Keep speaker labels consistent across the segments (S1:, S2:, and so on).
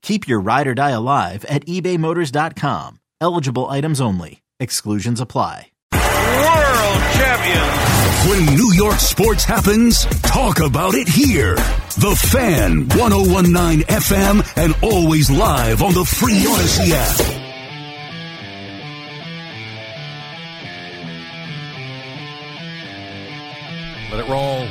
S1: Keep your ride or die alive at ebaymotors.com. Eligible items only. Exclusions apply.
S2: World champions.
S3: When New York sports happens, talk about it here. The Fan, 1019 FM, and always live on the Free Odyssey app.
S4: Let it roll.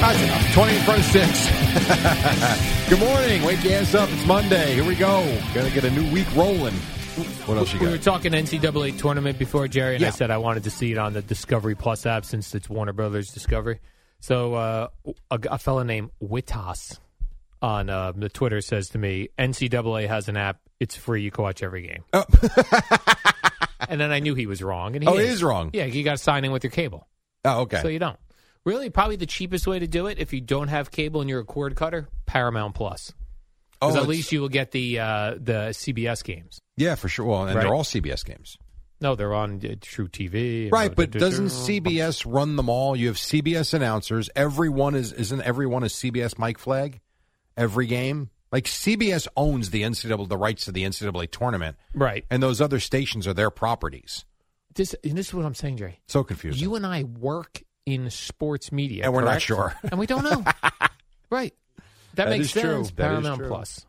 S4: That's enough. 20 pro 6. Good morning. Wake your ass up. It's Monday. Here we go. Gonna get a new week rolling. What else you
S5: We were
S4: got?
S5: talking NCAA tournament before, Jerry, and
S4: Yeah.
S5: I said I wanted to see it on the Discovery Plus app since it's Warner Brothers Discovery. So uh, a, a fella named Witas on uh, the Twitter says to me, NCAA has an app. It's free. You can watch every game. and then I knew he was wrong. And he
S4: Oh, it is wrong.
S5: Yeah, you got to sign in with your cable,
S4: Oh, okay.
S5: so you don't. Really, probably the cheapest way to do it if you don't have cable and you're a cord cutter, Paramount Plus.
S4: oh,
S5: Because at
S4: it's-
S5: least you will get the uh, the CBS games.
S4: yeah, for sure. Well, and
S5: Right.
S4: they're all CBS games.
S5: No, they're on uh, True TV. and-
S4: Right, but doesn't CBS run them all? You have CBS announcers. Everyone is isn't everyone a CBS Mike Flag? Every game? Like CBS owns the NCAA the rights to the NCAA tournament
S5: Right.
S4: and those other stations are their properties.
S5: This and this is what I'm saying, Jerry.
S4: So confusing.
S5: You and I work in sports media,
S4: and we're not
S5: correct?
S4: sure.
S5: and we don't know. right. That,
S4: That
S5: makes
S4: is true.
S5: sense.
S4: That is
S5: Paramount
S4: true.
S5: Plus.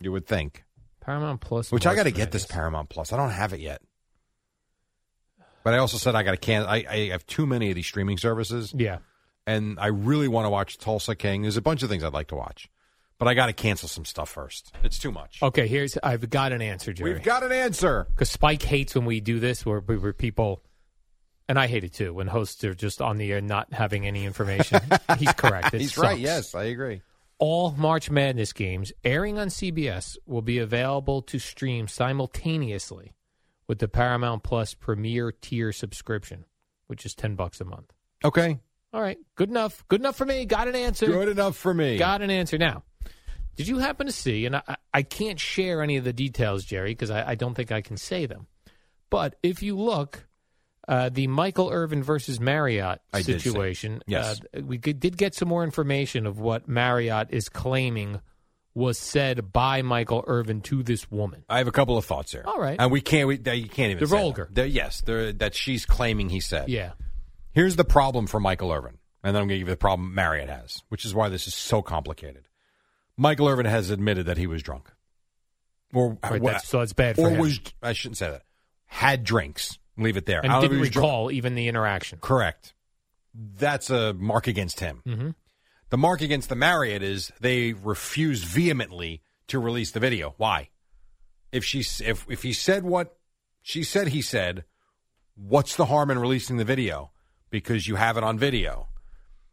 S4: you would think.
S5: Paramount Plus.
S4: Which I
S5: was
S4: got to get this
S5: nice.
S4: Paramount Plus. I don't have it yet. But I also said I got to can. I, I have too many of these streaming services,
S5: Yeah.
S4: and I really want to watch Tulsa King. There's a bunch of things I'd like to watch, but I got to cancel some stuff first. It's too much.
S5: Okay. Here's I've got an answer, Oh, Jerry.
S4: We've got an answer.
S5: because Spike hates when we do this, where, where people, and I hate it too, when hosts are just on the air not having any information. He's correct. It
S4: He's
S5: sucks.
S4: right. Yes, I agree.
S5: All March Madness games airing on CBS will be available to stream simultaneously with the Paramount Plus Premier tier subscription, which is 10 bucks a month.
S4: Okay,
S5: All right, good enough. Good enough for me. Got an answer.
S4: good enough for me.
S5: Got an answer now. Did you happen to see, and I, I can't share any of the details, Jerry, because I, I don't think I can say them. But if you look, uh, the Michael Irvin versus Marriott
S4: I did see.
S5: situation,
S4: Yes.
S5: uh, we g- did get some more information of what Marriott is claiming was said by Michael Irvin to this woman.
S4: I have a couple of thoughts here.
S5: All right.
S4: and we can't. We, you can't even.
S5: They're
S4: say them.
S5: vulgar.
S4: They're- yes, they're, that she's claiming he said.
S5: Yeah.
S4: Here's the problem for Michael Irvin, and then I'm going to give you the problem Marriott has, which is why this is so complicated. Michael Irvin has admitted that he was drunk, or
S5: Right,
S4: wa-
S5: that's- so that's bad for
S4: or
S5: him.
S4: was I shouldn't say that had drinks. Leave it there. I
S5: And
S4: don't know if
S5: didn't
S4: he was drunk.
S5: recall even the interaction.
S4: Correct. That's a mark against him.
S5: hmm
S4: The mark against the Marriott is they refuse vehemently to release the video. Why? If she if if he said what she said he said, what's the harm in releasing the video? Because you have it on video.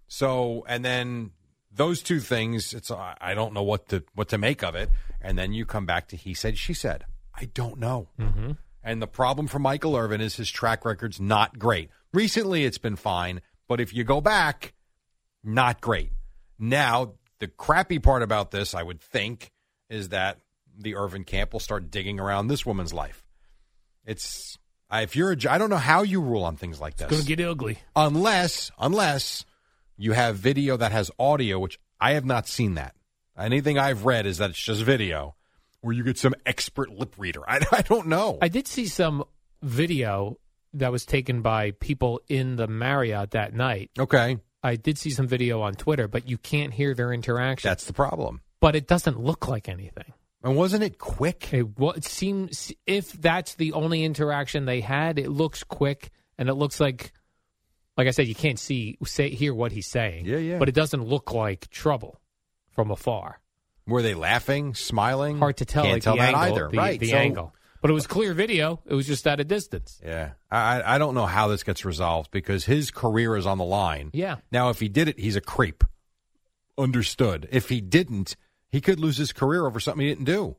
S4: So and then those two things, it's I I don't know what to what to make of it. And then you come back to he said she said. I don't know.
S5: hmm
S4: And the problem for Michael Irvin is his track record's not great. Recently, it's been fine, but if you go back, not great. Now, the crappy part about this, I would think, is that the Irvin camp will start digging around this woman's life. It's I- if you're a, ju- I don't know how you rule on things like this
S5: It's going to get ugly.
S4: unless unless you have video that has audio, which I have not seen that. Anything I've read is that it's just video, or you get some expert lip reader. I, I don't know.
S5: I did see some video that was taken by people in the Marriott that night.
S4: okay,
S5: I did see some video on Twitter, but you can't hear their interaction.
S4: that's the problem.
S5: but it doesn't look like anything.
S4: And wasn't it quick?
S5: It, wa- it seems if that's the only interaction they had, it looks quick and it looks like, like I said, you can't see say hear what he's saying.
S4: Yeah, yeah.
S5: But it doesn't look like trouble from afar.
S4: Were they laughing, smiling?
S5: Hard to tell.
S4: Mm. Can't
S5: like,
S4: tell
S5: the
S4: that
S5: angle,
S4: either.
S5: The,
S4: right.
S5: The
S4: so-
S5: angle. But it was clear video. It was just at a distance.
S4: Yeah, I I- I don't know how this gets resolved because his career is on the line.
S5: Yeah.
S4: Now, if he did it, he's a creep. Understood. If he didn't, he could lose his career over something he didn't do.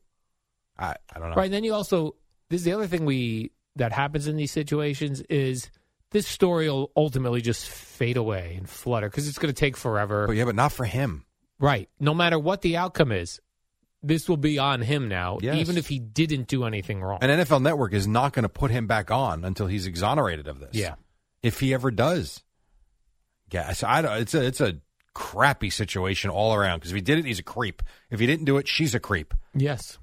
S4: I I don't know.
S5: Right. And then you also this is the other thing we that happens in these situations is this story will ultimately just fade away and flutter because it's going to take forever.
S4: But yeah, but not for him.
S5: Right. No matter what the outcome is, this will be on him now,
S4: Yes.
S5: even if he didn't do anything wrong.
S4: And NFL Network is not going to put him back on until he's exonerated of this.
S5: yeah.
S4: if he ever does. Yeah, so I don't, it's a it's a crappy situation all around because if he did it, he's a creep. If he didn't do it, she's a creep.
S5: Yes.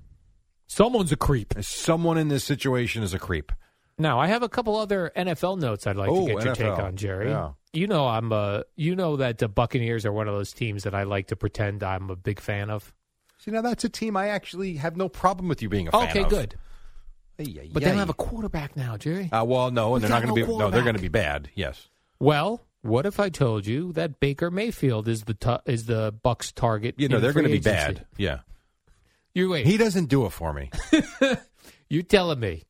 S5: Someone's a creep.
S4: Someone in this situation is a creep.
S5: Now, I have a couple other NFL notes I'd like
S4: Oh,
S5: to get your take
S4: NFL.
S5: on, Jerry.
S4: Yeah.
S5: You know I'm uh you know that the Buccaneers are one of those teams that I like to pretend I'm a big fan of.
S4: See, now that's a team I actually have no problem with you being a fan
S5: okay,
S4: of.
S5: good.
S4: Ay, ay,
S5: But they
S4: ay.
S5: don't have a quarterback now, Jerry.
S4: Uh, well, no, and
S5: We
S4: they're not
S5: got
S4: going
S5: no
S4: to be. No, they're
S5: quarterback.
S4: going to be bad. Yes.
S5: well, what if I told you that Baker Mayfield is the tu- is the Bucks target?
S4: You know,
S5: in
S4: they're
S5: free
S4: going to be
S5: agency?
S4: bad. Yeah.
S5: You're waiting.
S4: He doesn't do it for me.
S5: You telling me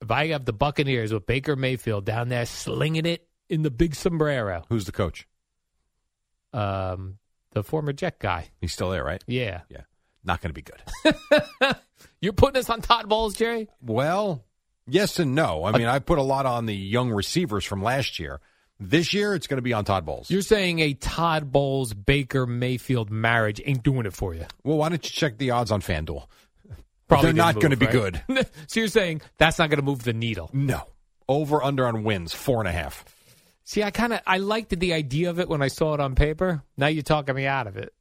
S5: if I have the Buccaneers with Baker Mayfield down there slinging it in the big sombrero,
S4: Who's the coach?
S5: um, the former Jet guy,
S4: He's still there, right?
S5: yeah,
S4: Yeah. Not going to be good.
S5: you're putting us on Todd Bowles, Jerry.
S4: Well, yes and no. I mean, I put a lot on the young receivers from last year. This year, it's going to be on Todd Bowles.
S5: You're saying a Todd Bowles Baker Mayfield marriage ain't doing it for you.
S4: Well, why don't you check the odds on FanDuel? They're
S5: Probably didn't
S4: not
S5: move,
S4: gonna be
S5: right?
S4: good.
S5: so you're saying that's not going to move the needle.
S4: No. Over under on wins, four and a half.
S5: See, I kind of I liked the idea of it when I saw it on paper. Now you're talking me out of it.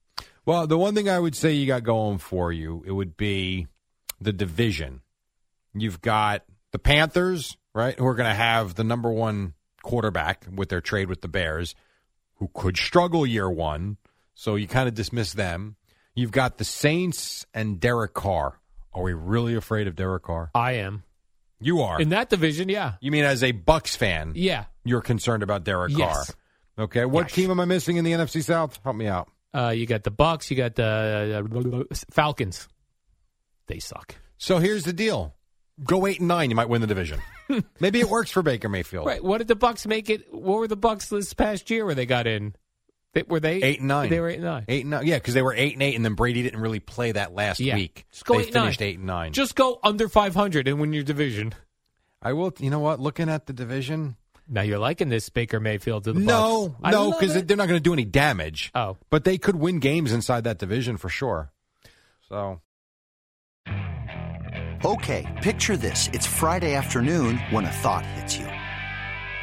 S4: Well, the one thing I would say you got going for you, it would be the division. You've got the Panthers, right, who are going to have the number one quarterback with their trade with the Bears, who could struggle year one. So you kind of dismiss them. You've got the Saints and Derek Carr. Are we really afraid of Derek Carr?
S5: I am
S4: You are.
S5: in that division. Yeah,
S4: you mean as a Bucks fan,
S5: yeah.
S4: you're concerned about Derek
S5: Yes.
S4: Carr? Okay. What
S5: Yes.
S4: team am I missing in the NFC South? Help me out.
S5: Uh, you got the Bucks. You got the uh, Falcons. They suck.
S4: So here's the deal: go eight and nine, you might win the division. Maybe it works for Baker Mayfield.
S5: Right. What did the Bucks make it? What were the Bucks this past year where they got in? They, were they
S4: Eight and nine.
S5: They were eight and nine.
S4: Eight and nine, yeah, because they were eight and eight, and then Brady didn't really play that last
S5: Yeah.
S4: week.
S5: Just go
S4: they
S5: eight and
S4: finished
S5: nine.
S4: eight and nine.
S5: Just go under five hundred and win your division.
S4: I will. You know what? Looking at the division,
S5: Now you're liking this Baker Mayfield to the
S4: no,
S5: Bucks. I
S4: no,
S5: love
S4: because
S5: it.
S4: they're not going to do any damage.
S5: oh,
S4: But they could win games inside that division for sure. So
S6: Okay, picture this. It's Friday afternoon when a thought hits you.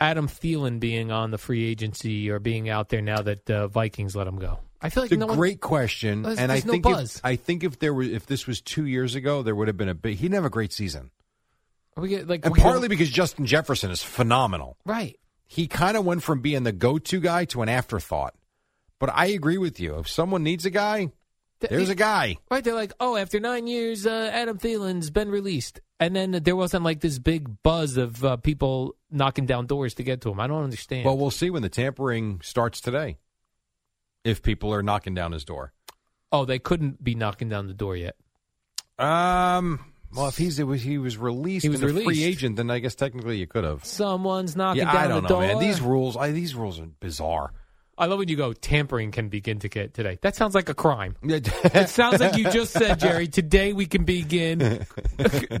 S5: Adam Thielen being on the free agency or being out there now that the Vikings let him go? I feel like
S4: it's a
S5: no one.
S4: great question,
S5: There's-
S4: and I
S5: there's no
S4: think
S5: buzz.
S4: if, I think if there were if this was two years ago, there would have been a big. He didn't have a great season,
S5: Are we get- like
S4: and
S5: we don't-
S4: partly because Justin Jefferson is phenomenal.
S5: right.
S4: he kind of went from being the go-to guy to an afterthought. But I agree with you. If someone needs a guy,
S5: Th-
S4: there's a guy.
S5: Right, they're like, oh, after nine years, uh, Adam Thielen's been released, and then there wasn't like this big buzz of uh, people knocking down doors to get to him. I don't understand.
S4: Well, we'll see when the tampering starts today. If people are knocking down his door,
S5: oh, they couldn't be knocking down the door yet.
S4: um, Well, if he's if he was released,
S5: He was
S4: and a free
S5: released.
S4: agent, then I guess technically you could have.
S5: Someone's knocking
S4: yeah,
S5: down
S4: I don't
S5: the
S4: know,
S5: door.
S4: man. These rules, I, these rules are bizarre.
S5: I love when you go tampering can begin to get today. That sounds like a crime. It
S4: it's
S5: sounds like you just said, Jerry. Today we can begin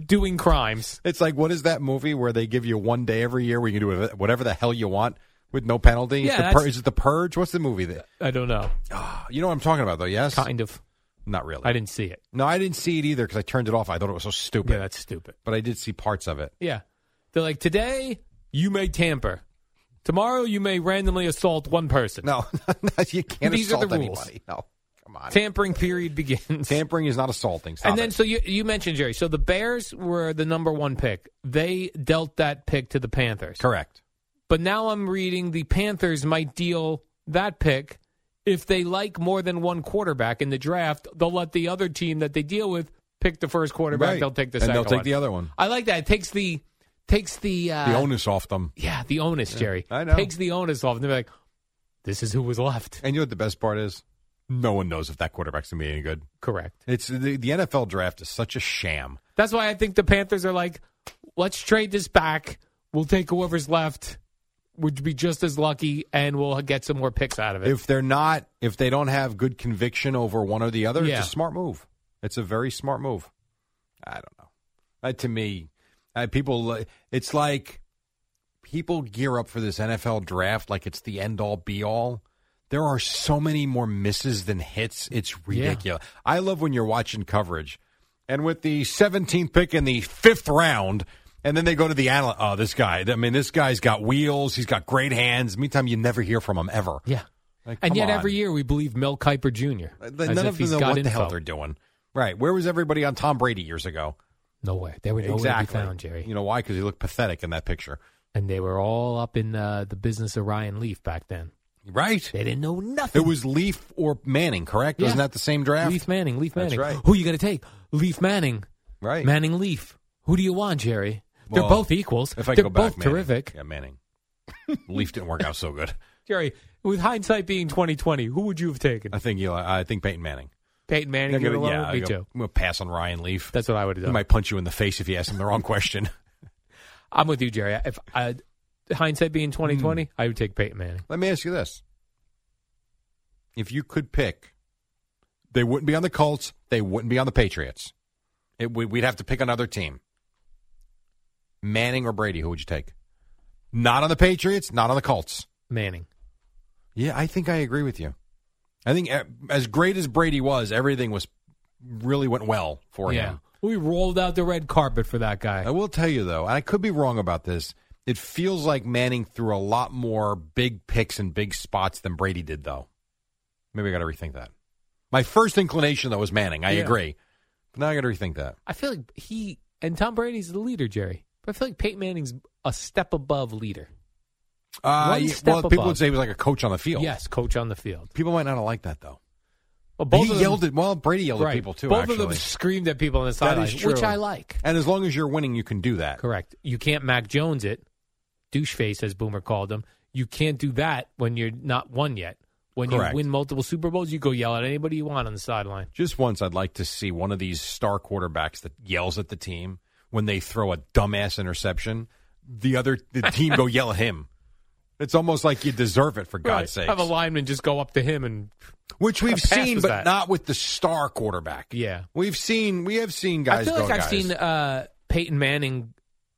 S5: doing crimes.
S4: It's like what is that movie where they give you one day every year where you can do whatever- whatever the hell you want with no penalty?
S5: Yeah,
S4: It's the
S5: that's-
S4: pur- is it the Purge? What's the movie that
S5: I don't know.
S4: you know what I'm talking about though? Yes,
S5: Kind of.
S4: not really.
S5: I didn't see it.
S4: no, I didn't see it either because I turned it off. I thought it was so stupid.
S5: Yeah, that's stupid.
S4: but I did see parts of it.
S5: Yeah. They're like, today you may tamper. Tomorrow you may randomly assault one person.
S4: No, you can't
S5: These are
S4: assault
S5: the rules.
S4: anybody. No, come on.
S5: Tampering period begins.
S4: Tampering is not assaulting. Stop
S5: and then,
S4: it.
S5: so you, you mentioned, Jerry, so the Bears were the number one pick. They dealt that pick to the Panthers.
S4: correct.
S5: But now I'm reading the Panthers might deal that pick. If they like more than one quarterback in the draft, they'll let the other team that they deal with pick the first quarterback.
S4: Right.
S5: They'll take the
S4: And
S5: second
S4: they'll take
S5: one.
S4: the other one.
S5: I like that. It takes the takes the uh,
S4: The onus off them.
S5: yeah the onus, Jerry.
S4: I know.
S5: takes the onus off. And they're like, this is who was left.
S4: And you know what the best part is? No one knows if that quarterback's gonna be any good.
S5: Correct.
S4: It's the, the NFL draft is such a sham.
S5: That's why I think the Panthers are like, let's trade this back. We'll take whoever's left. Would be just as lucky, and we'll get some more picks out of it.
S4: If they're not, if they don't have good conviction over one or the other,
S5: Yeah.
S4: it's a smart move. It's a very smart move. I don't know. That to me, uh, people, li- it's like people gear up for this NFL draft like it's the end all be all. There are so many more misses than hits. It's ridiculous. I love when you're watching coverage, and with the 17th pick in the fifth round, and then they go to the analyst. Oh, this guy. I mean, this guy's got wheels. He's got great hands. Meantime, you never hear from him ever.
S5: yeah.
S4: Like,
S5: And
S4: come
S5: yet,
S4: on.
S5: every year we believe Mel Kiper Jr.
S4: Uh,
S5: as
S4: none
S5: if
S4: of them
S5: he's
S4: know
S5: got
S4: what the
S5: info.
S4: hell they're doing. Right? Where was everybody on Tom Brady years ago?
S5: Nowhere. They were nowhere
S4: exactly.
S5: to be found, Jerry.
S4: You know why? Because he looked pathetic in that picture.
S5: and they were all up in uh, the business of Ryan Leaf back then.
S4: Right.
S5: They didn't know nothing.
S4: It was Leaf or Manning, correct?
S5: Yeah.
S4: Wasn't that the same draft?
S5: Leaf Manning, Leaf
S4: That's
S5: Manning.
S4: right.
S5: Who you going to take? Leaf Manning,
S4: Right.
S5: Manning Leaf. Who do you want, Jerry?
S4: Well,
S5: they're both equals.
S4: If I
S5: they're
S4: go back,
S5: both
S4: Manning.
S5: terrific.
S4: Yeah, Manning. Leaf didn't work out so good.
S5: Jerry, with hindsight being twenty twenty, who would you have taken?
S4: I think Eli, I think Peyton Manning.
S5: Peyton Manning.
S4: I'm
S5: you
S4: gonna-
S5: alone?
S4: Uh, yeah,
S5: me
S4: I'm gonna-
S5: too.
S4: I'm gonna pass on Ryan Leaf.
S5: That's what I would have
S4: he
S5: done.
S4: might punch you in the face if you ask him the wrong question.
S5: I'm with you, Jerry. If I, hindsight being twenty twenty,
S4: Hmm.
S5: I would take Peyton Manning.
S4: Let me ask you this: If you could pick, they wouldn't be on the Colts. They wouldn't be on the Patriots. It, we, we'd have to pick another team. Manning or Brady? Who would you take? Not on the Patriots. Not on the Colts.
S5: Manning.
S4: Yeah, I think I agree with you. I think uh, as great as Brady was, everything was really went well for
S5: yeah.
S4: him.
S5: We rolled out the red carpet for that guy.
S4: I will tell you though, and I could be wrong about this. It feels like Manning threw a lot more big picks and big spots than Brady did, though. Maybe I got to rethink that. My first inclination though was Manning. I
S5: Yeah.
S4: agree. But now I got to rethink that.
S5: I feel like he and Tom Brady's the leader, Jerry. But I feel like Peyton Manning's a step above leader.
S4: Uh,
S5: One
S4: yeah,
S5: step
S4: well, people
S5: above.
S4: would say he was like a coach on the field.
S5: Yes, coach on the field.
S4: People might not have liked that though.
S5: Well,
S4: he yelled at well, Brady yelled at people too.
S5: Both
S4: actually,
S5: of them screamed at people on the
S4: That
S5: sideline,
S4: is true.
S5: which I like.
S4: and as long as you're winning, you can do that.
S5: Correct. You can't Mac Jones it, douche face as Boomer called him. You can't do that when you're not won yet. When
S4: Correct.
S5: you win multiple Super Bowls, you go yell at anybody you want on the sideline.
S4: Just once, I'd like to see one of these star quarterbacks that yells at the team when they throw a dumbass interception. The other the team go yell at him. It's almost like you deserve it for God's
S5: Right.
S4: sake.
S5: Have a lineman just go up to him and
S4: Which we've
S5: How fast
S4: seen,
S5: was
S4: but
S5: that?
S4: not with the star quarterback.
S5: Yeah.
S4: we've seen. We have seen guys.
S5: I feel
S4: go,
S5: like
S4: guys.
S5: I've seen uh, Peyton Manning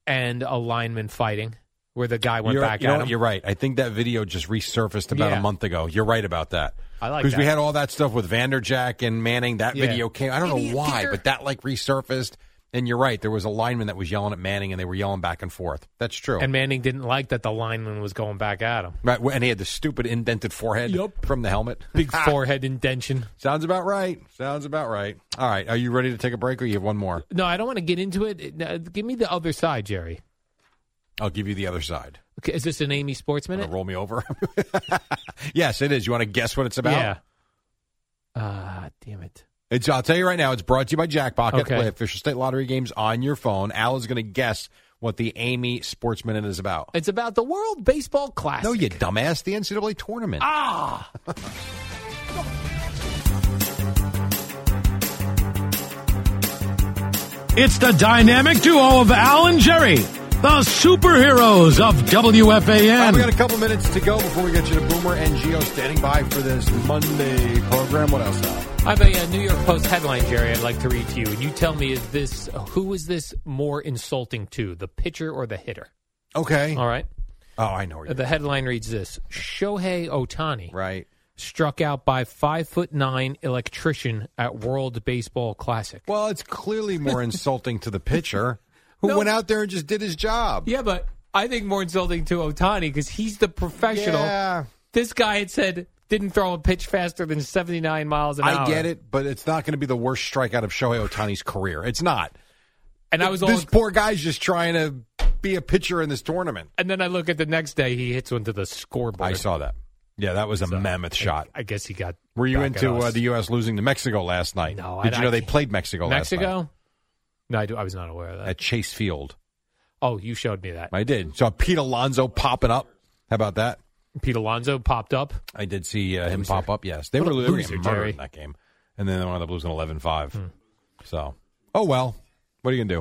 S5: and a lineman fighting where the guy went
S4: You're,
S5: back
S4: you know
S5: at
S4: what?
S5: him.
S4: You're right. I think that video just resurfaced about
S5: Yeah.
S4: a month ago. You're right about that.
S5: I like
S4: because we
S5: that.
S4: had all that stuff with Vanderjack and Manning. That
S5: Yeah.
S4: video came. I don't know
S5: Idiot
S4: why,
S5: kicker.
S4: but that like resurfaced. And you're right. There was a lineman that was yelling at Manning, and they were yelling back and forth. That's true.
S5: And Manning didn't like that the lineman was going back at him.
S4: right, and he had the stupid indented forehead
S5: Yup.
S4: from the helmet.
S5: Big forehead indention.
S4: Sounds about right. Sounds about right. All right. Are you ready to take a break, or you have one more?
S5: No, I don't want to get into it. It- no, Give me the other side, Jerry.
S4: I'll give you the other side.
S5: Okay, is this an Amy Sports
S4: Wanna
S5: Minute?
S4: roll me over? yes, it is. You want to guess what it's about?
S5: Yeah. Ah, damn it.
S4: It's, I'll tell you right now, it's brought to you by Jackpocket.
S5: Okay.
S4: Play official state lottery games on your phone. Al is going to guess what the Amy Sports Minute is about.
S5: It's about the World Baseball Classic.
S4: no, you dumbass. The NCAA tournament.
S5: Ah!
S7: It's the dynamic duo of Al and Jerry, the superheroes of
S4: All right, we got
S7: WFAN.
S4: a couple minutes to go before we get you to Boomer and Geo standing by for this Monday program. What else? Al?
S5: I have a uh, New York Post headline, Jerry. I'd like to read to you, and you tell me: Is this who is this more insulting to, the pitcher or the hitter?
S4: Okay.
S5: All right.
S4: Oh, I know. Where you're
S5: The headline reads this: Shohei Otani
S4: right.
S5: struck out by five foot nine electrician at World Baseball Classic.
S4: Well, it's clearly more insulting to the pitcher who
S5: No.
S4: went out there and just did his job.
S5: Yeah, but I think more insulting to Otani because he's the professional.
S4: Yeah,
S5: This guy had said didn't throw a pitch faster than seventy nine miles an hour.
S4: I get it, but it's not going to be the worst strikeout of Shohei Otani's career. It's not.
S5: and I was
S4: this
S5: all.
S4: poor guy's just trying to be a pitcher in this tournament.
S5: And then I look at the next day; he hits one to the scoreboard.
S4: I saw that. Yeah, that was a mammoth shot.
S5: I guess he got.
S4: Were you
S5: back at
S4: into uh,
S5: us.
S4: the U.S. losing to Mexico last night?
S5: No, I-
S4: Did you know
S5: I
S4: they
S5: can't-
S4: played Mexico, last night
S5: Mexico? No, I, do, I was not aware of that.
S4: at Chase Field?
S5: oh, you showed me that.
S4: I did. Saw Pete Alonso popping up. How about that?
S5: Pete Alonso popped up.
S4: I did see uh, him
S5: Loser.
S4: pop up. Yes, they
S5: What
S4: were
S5: a
S4: losing
S5: loser,
S4: murdered
S5: Jerry. Hmm.
S4: in that game, and then they wound up losing 11-5. So, oh well. What are you gonna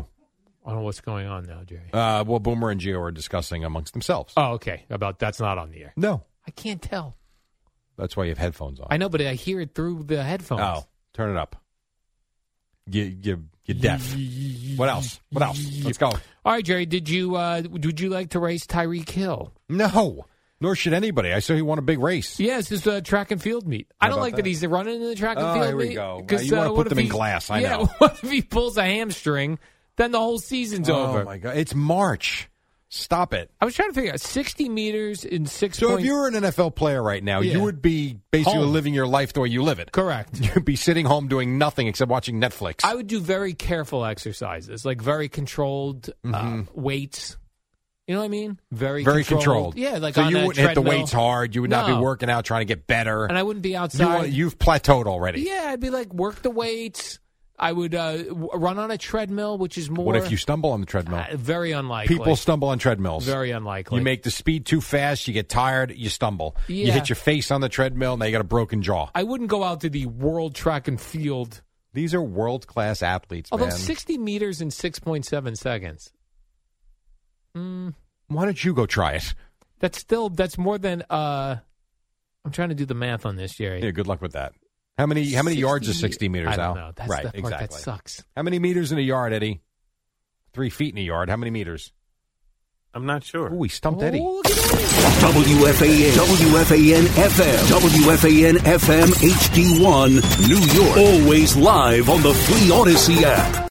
S5: I don't know what's going on now, Jerry.
S4: do? Uh, well, Boomer and Gio are discussing amongst themselves.
S5: Oh, okay. About that's not on the air.
S4: No,
S5: I can't tell.
S4: that's why you have headphones on.
S5: I know, but I hear it through the headphones.
S4: Oh, turn it up. You you you deaf. What else? What else? Let's go.
S5: All right, Jerry. Did you uh, would you like to race Tyreek Hill?
S4: No, nor should anybody. I saw he won a big race.
S5: Yes, this uh, track and field meet. I don't
S4: about
S5: like that?
S4: that?
S5: he's running in the track and
S4: Oh,
S5: field
S4: here we
S5: meet,
S4: go.
S5: 'cause,
S4: You wanna
S5: uh,
S4: put
S5: what if
S4: them in
S5: he-
S4: glass, I
S5: yeah,
S4: know.
S5: What if he pulls a hamstring? Then the whole season's
S4: oh
S5: over.
S4: my god, it's March. Stop it.
S5: I was trying to figure out sixty meters in six.
S4: So
S5: point-
S4: if you were an NFL player right now, you
S5: Yeah.
S4: would be basically
S5: Home.
S4: living your life the way you live it.
S5: correct.
S4: You'd be sitting home doing nothing except watching Netflix.
S5: I would do very careful exercises, like very controlled uh, weights. You know what I mean? Very
S4: Mm-hmm. Very controlled.
S5: Yeah, like
S4: so
S5: on
S4: you
S5: a
S4: wouldn't hit the
S5: treadmill.
S4: weights hard. You would not
S5: No.
S4: be working out trying to get better.
S5: and I wouldn't be
S4: you
S5: outside.
S4: want, you've plateaued already.
S5: yeah, I'd be like work the weights. I would uh, w- run on a treadmill, which is more.
S4: What if you stumble on the treadmill?
S5: uh, very unlikely.
S4: People stumble on treadmills.
S5: very unlikely.
S4: You make the speed too fast, you get tired, you stumble. You
S5: Yeah.
S4: hit your face on the treadmill, now you got a broken jaw.
S5: I wouldn't go out to the world track and field.
S4: These are world class athletes,
S5: Although
S4: man.
S5: sixty meters in six point seven seconds. Hmm.
S4: Why don't you go try it?
S5: That's still that's more than. uh I'm trying to do the math on this, Jerry.
S4: Yeah, good luck with that. How many how many
S5: 60
S4: yards is sixty meters
S5: I don't
S4: Al?
S5: know. That's
S4: right,
S5: the part
S4: exactly.
S5: that sucks.
S4: How many meters in a yard, Eddie? Three feet in a yard. How many meters?
S8: I'm not sure.
S4: Ooh, we stumped Eddie.
S5: Oh, look at that.
S3: WFAN, WFAN FM, WFAN FM HD1, New York. Always live on the Free Odyssey app.